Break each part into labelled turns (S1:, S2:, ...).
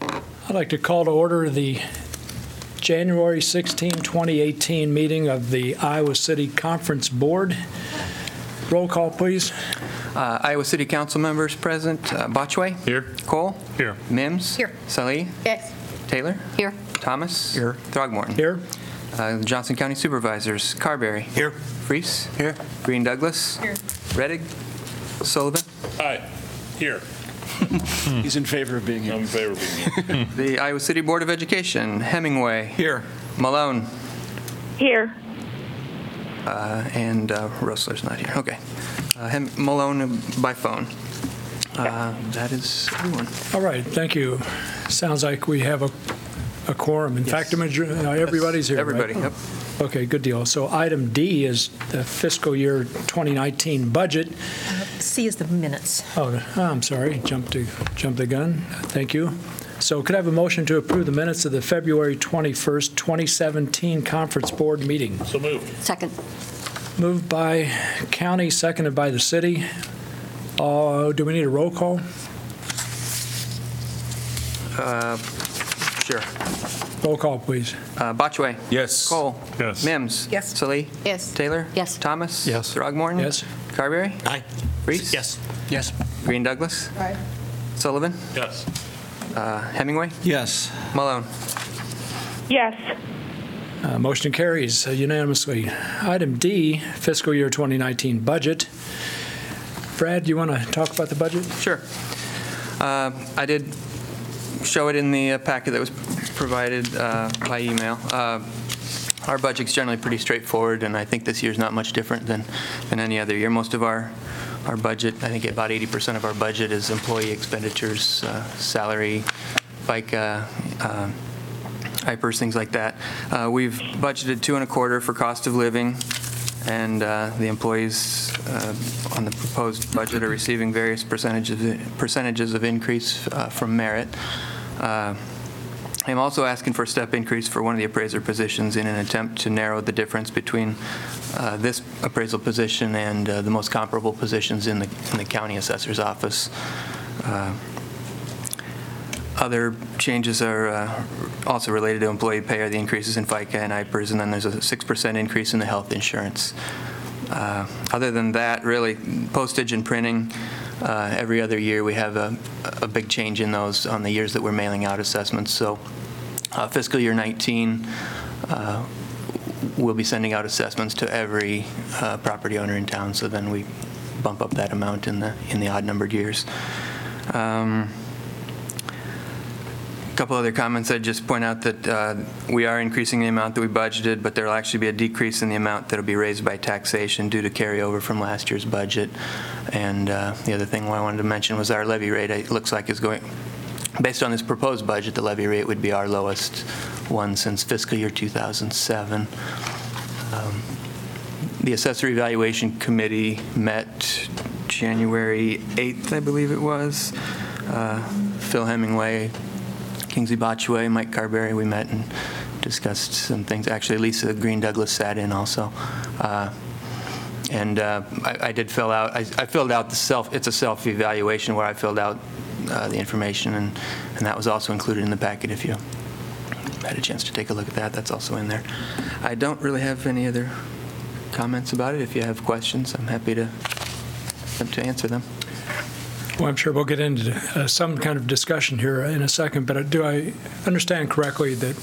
S1: I'd like to call to order the January 16, 2018 meeting of the Iowa City Conference Board. Roll call, please.
S2: Uh, Iowa City Council members present, uh, Botchway.
S3: Here.
S2: Cole.
S3: Here.
S2: Mims.
S4: Here.
S2: Salee.
S4: Yes.
S2: Taylor.
S4: Here.
S2: Thomas.
S3: Here.
S2: Throgmorton.
S1: Here.
S2: Uh, Johnson County Supervisors, Carberry.
S3: Here.
S2: Freese. Here. Green Douglas.
S4: Here.
S2: Reddick. Sullivan.
S3: Aye. Here.
S5: He's in favor of being
S3: I'm
S5: here.
S3: in favor of being here.
S2: The Iowa City Board of Education, Hemingway.
S3: Here.
S2: Malone.
S4: Here.
S2: Uh, And uh, Rosler's not here, okay. Uh, Hem- Malone by phone. Uh, That is everyone.
S1: All right, thank you. Sounds like we have a a quorum. In fact, a major- uh, everybody's here, right?
S2: Everybody, yep.
S1: Okay, good deal. So item D is the fiscal year 2019 budget.
S4: C is the minutes.
S1: Oh, I'm sorry, jumped to, jumped the gun. Thank you. So could I have a motion to approve the minutes of the February 21st, 2017 Conference Board meeting?
S3: So moved.
S4: Second.
S1: Moved by county, seconded by the city. Uh, Do we need a roll call?
S2: Sure.
S1: Roll call, please.
S2: Uh, Botchway.
S3: Yes.
S2: Cole.
S3: Yes.
S2: Mims.
S4: Yes.
S2: Salee.
S4: Yes.
S2: Taylor.
S4: Yes.
S2: Thomas.
S3: Yes.
S2: Throgmorton.
S1: Yes.
S2: Carberry.
S5: Aye.
S2: Reese.
S5: Yes.
S2: Green Douglas.
S4: Aye.
S2: Sullivan.
S3: Yes.
S2: Uh, Hemingway.
S5: Yes.
S2: Malone.
S6: Yes,
S1: Uh, Motion carries unanimously. Item D, fiscal year 2019 budget. Brad, do you want to talk about the budget?
S2: Sure. Uh, I did show it in the uh, packet that was provided uh, by email. Uh, Our budget's generally pretty straightforward, and I think this year's not much different than, than any other year. Most of our, our budget, I think about 80% of our budget is employee expenditures, uh, salary, FICA, um, IPERS, things like that. Uh, We've budgeted two and a quarter for cost of living, and uh, the employees uh, on the proposed budget are receiving various percentages, percentages of increase uh, from merit. Uh, I'm also asking for a step increase for one of the appraiser positions in an attempt to narrow the difference between uh, this appraisal position and uh, the most comparable positions in the, in the county assessor's office. Uh, other changes are uh, also related to employee pay are the increases in FICA and IPERS, and then there's a 6% increase in the health insurance. Uh, Other than that, really, postage and printing, uh, every other year, we have a, a big change in those on the years that we're mailing out assessments. So uh, fiscal year 19, uh, we'll be sending out assessments to every uh, property owner in town, so then we bump up that amount in the, in the odd-numbered years. Um, Couple other comments. I'd just point out that uh, we are increasing the amount that we budgeted, but there'll actually be a decrease in the amount that'll be raised by taxation due to carryover from last year's budget. And uh, the other thing I wanted to mention was our levy rate, it looks like is going, based on this proposed budget, the levy rate would be our lowest one since fiscal year 2007. Um, The Assessor Evaluation Committee met January 8th, I believe it was. Uh, Phil Hemingway, Kingsley Botchway, Mike Carberry, we met and discussed some things. Actually, Lisa Green Douglas sat in also. Uh, And uh, I I did fill out, I I filled out the self, it's a self-evaluation where I filled out uh, the information, and and that was also included in the packet if you had a chance to take a look at that, that's also in there. I don't really have any other comments about it. If you have questions, I'm happy to, attempt to answer them.
S1: Well, I'm sure we'll get into uh, some kind of discussion here in a second, but uh, do I understand correctly that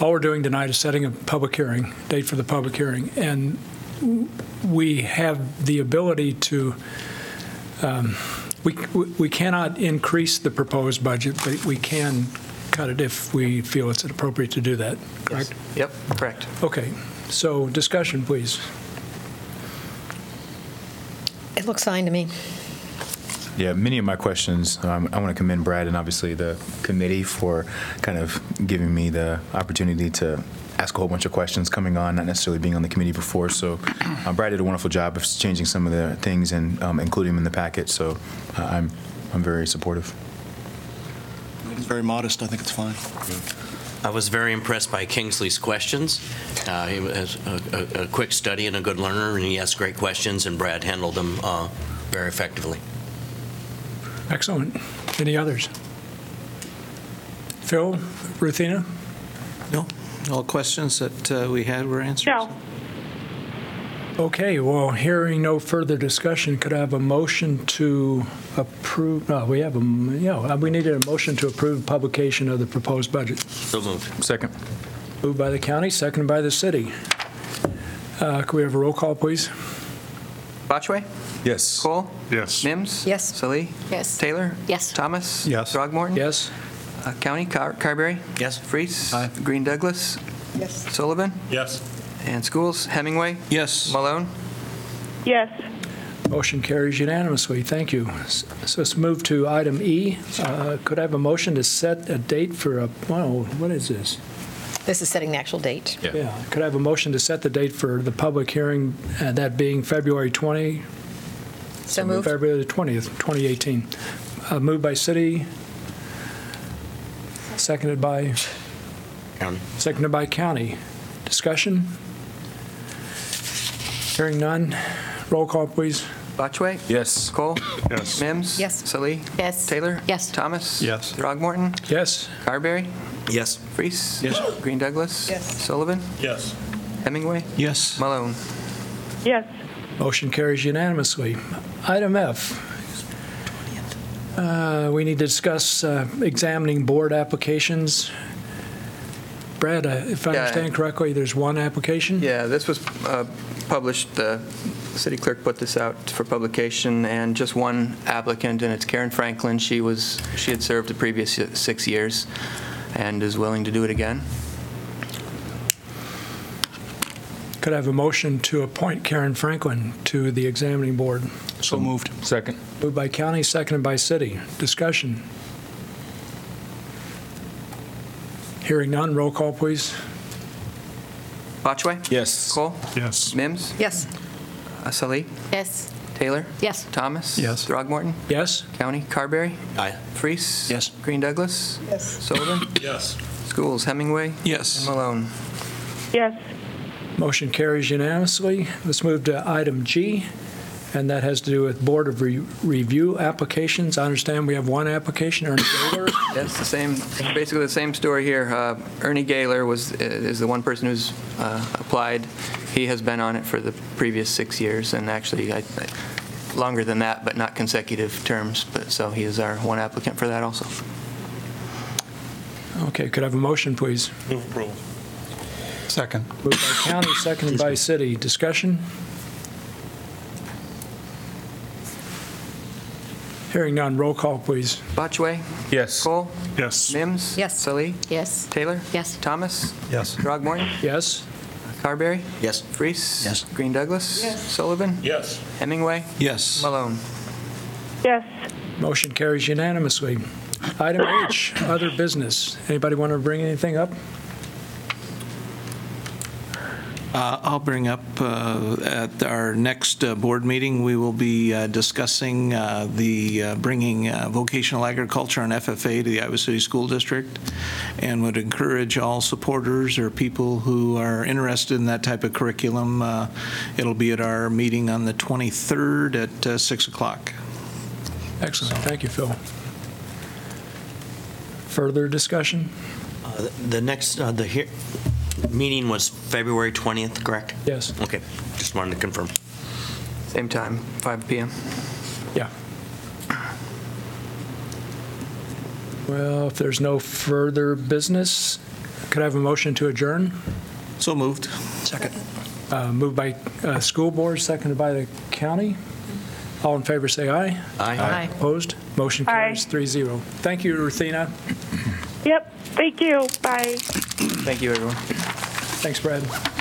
S1: all we're doing tonight is setting a public hearing, date for the public hearing, and w- we have the ability to, um, we we cannot increase the proposed budget, but we can cut it if we feel it's appropriate to do that, correct?
S2: Yep, correct.
S1: Okay, so discussion, please.
S4: It looks fine to me.
S7: Yeah, many of my questions, um, I want to commend Brad and obviously the committee for kind of giving me the opportunity to ask a whole bunch of questions coming on, not necessarily being on the committee before. So uh, Brad did a wonderful job of changing some of the things and um, including them in the packet. So uh, I'm, I'm very supportive.
S5: It's very modest. I think it's fine.
S8: I was very impressed by Kingsley's questions. Uh, He was a- a a quick study and a good learner, and he asked great questions, and Brad handled them uh, very effectively.
S1: Excellent. Any others? Phil, Ruthina?
S9: No, all questions that uh, we had were answered?
S6: No.
S1: Okay, well, hearing no further discussion, could I have a motion to approve, no, we have, a m- yeah, uh, we needed a motion to approve publication of the proposed budget.
S8: So moved.
S7: Second.
S1: Moved by the county, seconded by the city. Uh, Could we have a roll call, please?
S2: Botchway?
S7: Yes.
S2: Cole?
S3: Yes.
S2: Mims?
S4: Yes.
S2: Salee?
S4: Yes.
S2: Taylor?
S4: Yes.
S2: Thomas?
S7: Yes.
S2: Throgmorton?
S1: Yes?
S2: Uh, County? Car- Carberry?
S8: Yes.
S2: Freeze?
S5: Aye.
S2: Green Douglas?
S4: Yes.
S2: Sullivan?
S3: Yes.
S2: And Schools? Hemingway?
S9: Yes.
S2: Malone?
S6: yes.
S1: Motion carries unanimously. Thank you. S- So let's move to item E. Uh, Could I have a motion to set a date for a, wow, what is this?
S4: This is setting the actual date.
S7: Yeah.
S1: Yeah, could I have a motion to set the date for the public hearing, uh, that being February 20?
S4: So moved.
S1: February 20th, 2018. Uh, Moved by city, seconded by,
S8: County.
S1: seconded by county. Discussion? Hearing none. Roll call, please.
S2: Botchway?
S7: Yes.
S2: Cole?
S3: Yes.
S2: Mims?
S4: Yes.
S2: Salee?
S4: Yes.
S2: Taylor?
S4: Yes.
S2: Thomas?
S3: Yes.
S2: Throgmorton?
S1: Yes?
S2: Carberry?
S8: Yes.
S2: Freeze? Yes. Green Douglas?
S4: Yes.
S2: Sullivan?
S3: Yes.
S2: Hemingway?
S9: Yes.
S2: Malone?
S6: Yes.
S1: Motion carries unanimously. Item F. Uh, We need to discuss uh, examining board applications. Brad, uh, if I
S2: Yeah.
S1: understand correctly, there's one application?
S2: Yeah, this was uh, published, the city clerk put this out for publication, and just one applicant, and it's Karen Franklin. She was, she had served the previous six years and is willing to do it again.
S1: Could I have a motion to appoint Karen Franklin to the examining board?
S5: So moved.
S7: Second.
S1: Moved by county, seconded by city. Discussion. Hearing none, roll call, please.
S2: Botchway?
S7: Yes.
S2: Cole?
S3: Yes.
S2: Mims?
S4: Yes.
S2: Salee?
S4: Yes.
S2: Taylor?
S4: Yes.
S2: Thomas?
S3: Yes.
S2: Throgmorton?
S1: Yes?
S2: County? Carberry?
S8: Aye.
S2: Freese?
S5: Yes.
S2: Green Douglas?
S4: Yes.
S2: Sullivan?
S3: Yes.
S2: Schools? Hemingway? And
S9: Yes.
S2: Malone?
S6: Yes.
S1: Motion carries unanimously. Let's move to item G, and that has to do with Board of Re- Review applications. I understand we have one application, Ernie Gaylor.
S2: That's the same, basically the same story here. Uh, Ernie Gaylor was, is the one person who's uh, applied. He has been on it for the previous six years, and actually, I- I- longer than that, but not consecutive terms, but, so he is our one applicant for that also.
S1: Okay, could I have a motion, please?
S3: Move approval.
S9: Second.
S1: Moved by county, seconded by city. Discussion? Hearing none, roll call, please.
S2: Botchway?
S7: Yes.
S2: Cole?
S3: Yes.
S2: Mims?
S4: Yes.
S2: Salee?
S4: Yes.
S2: Taylor?
S4: Yes.
S2: Thomas?
S9: Yes.
S2: Throgmorton?
S1: Yes?
S2: Carberry?
S8: Yes.
S2: Freese?
S5: Yes.
S2: Green Douglas?
S4: Yes.
S2: Sullivan?
S3: Yes.
S2: Hemingway?
S9: Yes.
S2: Malone?
S6: Yes.
S1: Motion carries unanimously. Item H, other business. Anybody want to bring anything up?
S9: Uh, I'll bring up uh, at our next uh, board meeting, we will be uh, discussing uh, the, uh, bringing uh, vocational agriculture and FFA to the Iowa City School District, and would encourage all supporters or people who are interested in that type of curriculum. uh, It'll be at our meeting on the 23rd at uh, 6 o'clock.
S1: Excellent, thank you, Phil. Further discussion?
S8: Uh, The next, uh, the hea- meeting was February 20th, correct?
S1: Yes,
S8: Okay, just wanted to confirm.
S2: Same time, 5 PM.
S1: yeah. Well, if there's no further business, could I have a motion to adjourn?
S9: So moved.
S1: Second. Moved by uh, school board, seconded by the county. All in favor, say aye.
S4: Aye.
S1: Opposed? Motion
S6: Aye.
S1: carries 3-0. Thank you, Ruthina.
S6: Yep. Thank you. Bye.
S2: Thank you, everyone.
S1: Thanks, Brad.